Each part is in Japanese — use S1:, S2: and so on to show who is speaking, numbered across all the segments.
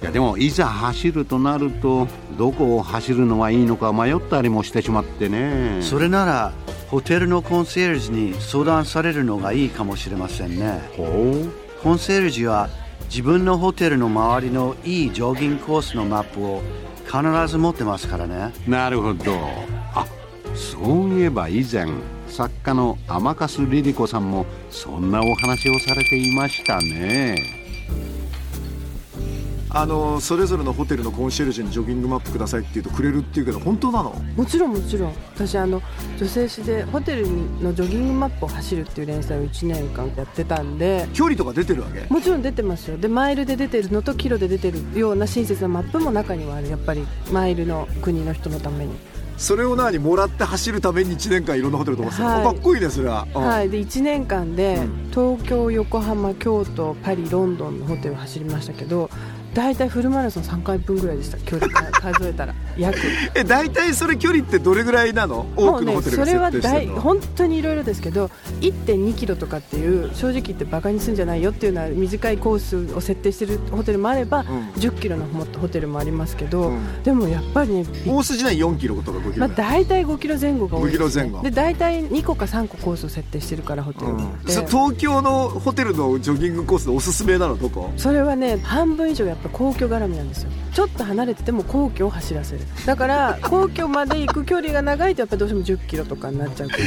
S1: いやでもいざ走るとなるとどこを走るのはいいのか迷ったりもしてしまってね
S2: それなら、ホテルのコンシェルジュに相談されるのがいいかもしれませんね。
S1: ほ
S2: コンシェルジュは自分のホテルの周りのいいジョギングコースのマップを必ず持ってますからね。
S1: うなるほどあそういえば以前作家の甘粕リリ子さんもそんなお話をされていましたね
S3: あのそれぞれのホテルのコンシェルジュにジョギングマップくださいって言うとくれるっていうけど本当なの
S4: もちろんもちろん私あの女性誌でホテルのジョギングマップを走るっていう連載を1年間やってたんで
S3: 距離とか出てるわけ
S4: もちろん出てますよでマイルで出てるのとキロで出てるような親切なマップも中にはあるやっぱりマイルの国の人のために、
S3: それを何もらって走るために1年間いろんなホテル飛ばすの、
S4: はい
S3: かっこいいねそれは、うん
S4: はいで1年間で
S3: うん
S4: 東京横浜京都パリロンドンのホテルを走りましたけど大体フルマラソン3回分ぐらいでした距離か数えたら約
S3: え大体それ距離ってどれぐらいなの多くのホテル
S4: そ
S3: が
S4: れは
S3: 設定して
S4: 大
S3: るの、
S4: 本当にいろいろですけど1 2キロとかっていう正直言ってバカにすんじゃないよっていうのは短いコースを設定してるホテルもあれば、
S3: ん
S4: 1 0キロのホホテルもありますけど、
S3: うん
S4: でもやっぱりね、
S3: 大筋ない4キロとか5キ
S4: ま
S3: ロ、
S4: あ、大体5キロ前後が多いです、ね、
S3: 5キロ前後
S4: で大体2個か3個コースを設定してるからホテル
S3: う
S4: に
S3: ん
S4: で
S3: そ東京のホテルのジョギングコースでおすすめなのどこ
S4: それはね半分以上やっぱ皇居絡みなんですよちょっと離れてても皇居を走らせるだから皇居まで行く距離が長いとやっぱどうしても1 0キロとかになっちゃうけれ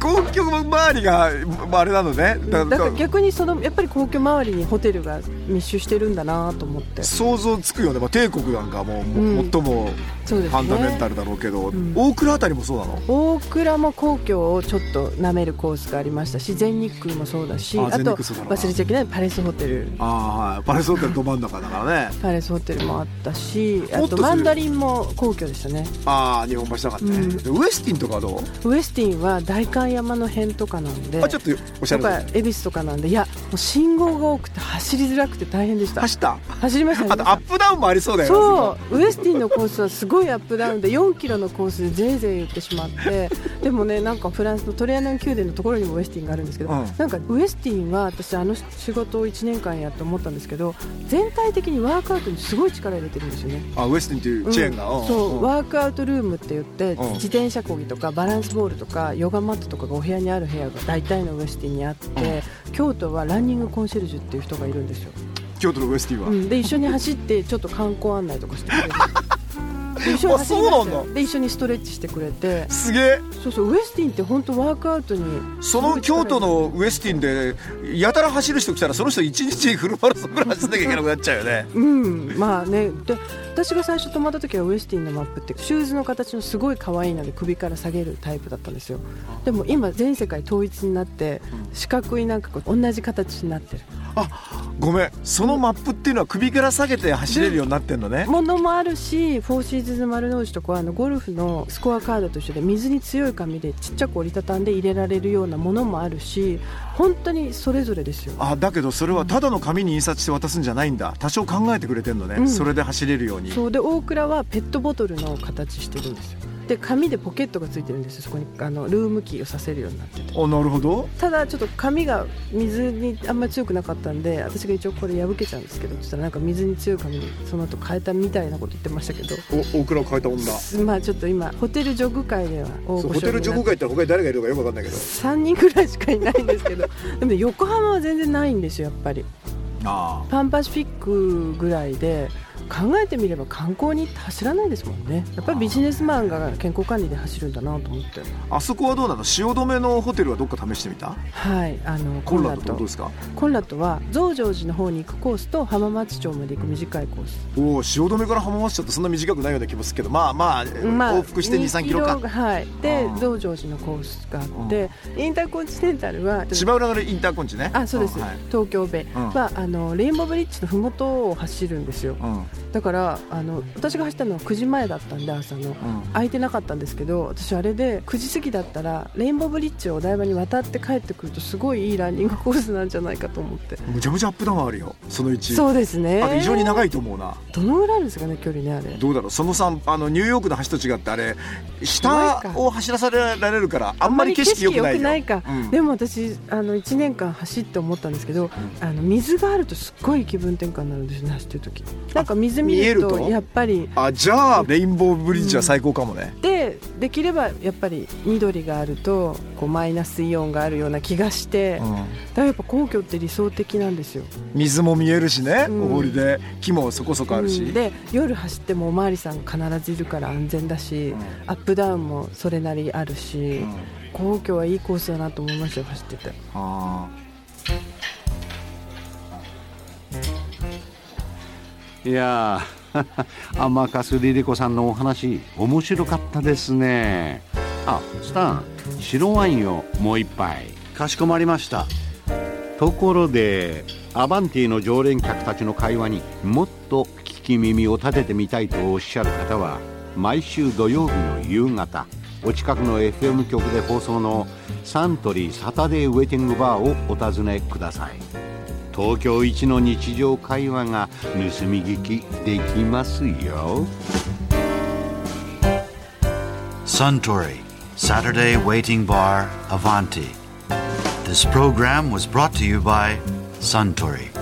S4: ども
S3: 公共周りが、まあ、あれなのねだ
S4: だ
S3: か
S4: からら逆にそのやっぱり皇居周りにホテルが密集してるんだなと思って
S3: 想像つくよね、まあ、帝国なんかもう、も
S4: うん
S3: 最も
S4: そうですね
S3: ファンダメンタルだろうけど、
S4: ん
S3: 大倉あたりもそうなの
S4: 大倉も皇居をちょっと舐めるコースがありましたし全日空もそうだし
S3: あ
S4: あ
S3: 全日
S4: と
S3: 空そうだな
S4: 忘れちゃいけないパレスホテル
S3: ああはいパレスホテルど真ん中だからね
S4: パレスホテルもあったし
S3: も
S4: あ
S3: っと
S4: と
S3: する
S4: マンダリンも皇居でしたね
S3: ああ日本橋だからね、
S4: うん
S3: でウエスティンとかはどう、
S4: ウエスティンは代官山の辺とかなんで
S3: あちょっとおしゃ
S4: やっ
S3: れ
S4: ぱ
S3: だね
S4: 恵比寿とかなんでいやもう信号が多くて走りづらくて大変でした
S3: 走った
S4: 走りましたね
S3: あとアップダウンもありそうだよね
S4: そうウエスティンのコースはすごいアップダウンで4キロのコースでぜいぜい言ってしまってでもねなんかフランスのトレアノン宮殿のところにもウエスティンがあるんですけど、
S3: うん
S4: なんかウエスティンは私あの仕事を1年間やって思ったんですけど全体的にワークアウトにすごい力入れてるんですよね。
S3: あウエスティンっていうチェーンが、
S4: うん
S3: ん
S4: そう、
S3: ん
S4: ワークアウトルームって言って、
S3: うん
S4: 自転車こぎとかバランスボールとかヨガマットとかがお部屋にある部屋が大体のウエスティンにあって、京都はランニングコンシェルジュっていう人がいるんですよ。
S3: 京都のウエスティンは、
S4: うん、で一緒に走ってちょっと観光案内とかしてくれて で一緒に
S3: あ
S4: 走りま
S3: そう
S4: し
S3: な
S4: た
S3: ん
S4: よで一緒にストレッチしてくれて
S3: すげえ
S4: そうそうウエスティンって本当ワークアウトに
S3: その京都のウエスティンでやたら走る人来たらその人一日フルマラソンぐらい走んなきゃいけなくなっちゃうよね
S4: うんまあねで私が最初泊まった時はウエスティンのマップってシューズの形のすごい可愛いので首から下げるタイプだったんですよでも今全世界統一になって四角いなんかこう同じ形になってる
S3: あごめんそのマップっていうのは首から下げて走れるようになってんのね
S4: ものもあるしフォーシーズンズ丸の内とかはあのゴルフのスコアカードと一緒で水に強い紙でちっちゃく折りたたんで入れられるようなものもあるし本当にそれぞれですよ
S3: あだけどそれはただの紙に印刷して渡すんじゃないんだ多少考えてくれてんのね、
S4: うん
S3: それで走れるように
S4: そうで大倉はペットボトルの形してるんですよで紙でポケットがついてるんですよそこにあのルームキーをさせるようになってて
S3: あなるほど
S4: ただちょっと紙が水にあんまり強くなかったんで私が一応これ破けちゃうんですけどそしたらなんか水に強い紙にその後変えたみたいなこと言ってましたけど
S3: お大倉を変えた女
S4: まあちょっと今ホテルジョグ界では大御所
S3: そうホテル
S4: に
S3: 情
S4: なっ
S3: 報会って他に誰がいるかよくわかんないけど
S4: 3人ぐらいしかいないんですけど でもね横浜は全然ないんですよやっぱり
S3: あ
S4: パンパシフィックぐらいで考えてみれば観光に走らないですもんねやっぱりビジネスマンが健康管理で走るんだなと思って
S3: あそこはどうなの汐留のホテルはどっか試してみた
S4: はいあの
S3: コ
S4: コン
S3: ンラッ
S4: ラ
S3: ドってこと
S4: ト
S3: ですか
S4: コンラトは増上寺の方に行くコースと浜松町まで行く短いコース
S3: おお汐留から浜松町ってそんな短くないような気もするけどまあまあ、
S4: まあ
S3: 往復して2 3キロか
S4: がはいで
S3: あー
S4: 増上寺のコースがあってインターコンチネンタルは
S3: 芝浦のインターコンチね
S4: あそうです、
S3: んはい
S4: 東京ベイ
S3: うん
S4: は、あのレインボーブリッジのふもとを走るんですよ
S3: うん
S4: だからあの私が走ったのは9時前だったんで朝の、空いてなかったんですけど私あれで9時過ぎだったらレインボーブリッジをお台場に渡って帰ってくるとすごいいいランニングコースなんじゃないかと思って
S3: むちゃむちゃアップダウンあるよその1
S4: そうですね
S3: あれ非常に長いと思うな
S4: どのぐらいあるんですかね距離ねあれ
S3: どうだろうその3あのニューヨークの橋と違ってあれ下を走らされられるからあんまり景色良くないよ
S4: か、
S3: うん
S4: でも私あの1年間走って思ったんですけど、あの水があるとすっごい気分転換になるんですね走ってる時なんか水見る
S3: 見
S4: と
S3: えると
S4: やっぱり
S3: あじゃあレインボーブリッジは最高かもね、
S4: でできればやっぱり緑があるとこうマイナスイオンがあるような気がして、だからやっぱ皇居って理想的なんですよ、
S3: 水も見えるしね、
S4: うん
S3: お堀で木もそこそこあるし、
S4: うんで夜走ってもお巡りさんが必ずいるから安全だし、
S3: うん
S4: アップダウンもそれなりあるし、
S3: うん
S4: 皇居はいいコースだなと思いましたよ走ってて。
S3: あ
S1: いやー 甘春リリ子さんのお話面白かったですねあスタン白ワインをもう一杯
S2: かしこまりました
S1: ところでアバンティの常連客たちの会話にもっと聞き耳を立ててみたいとおっしゃる方は毎週土曜日の夕方お近くの FM 局で放送のサントリーサタデーウェイティングバーをお尋ねください東京一の日常会話が盗み聞きできますよ
S2: Suntory Saturday Waiting Bar Avanti. This program was brought to you by Suntory.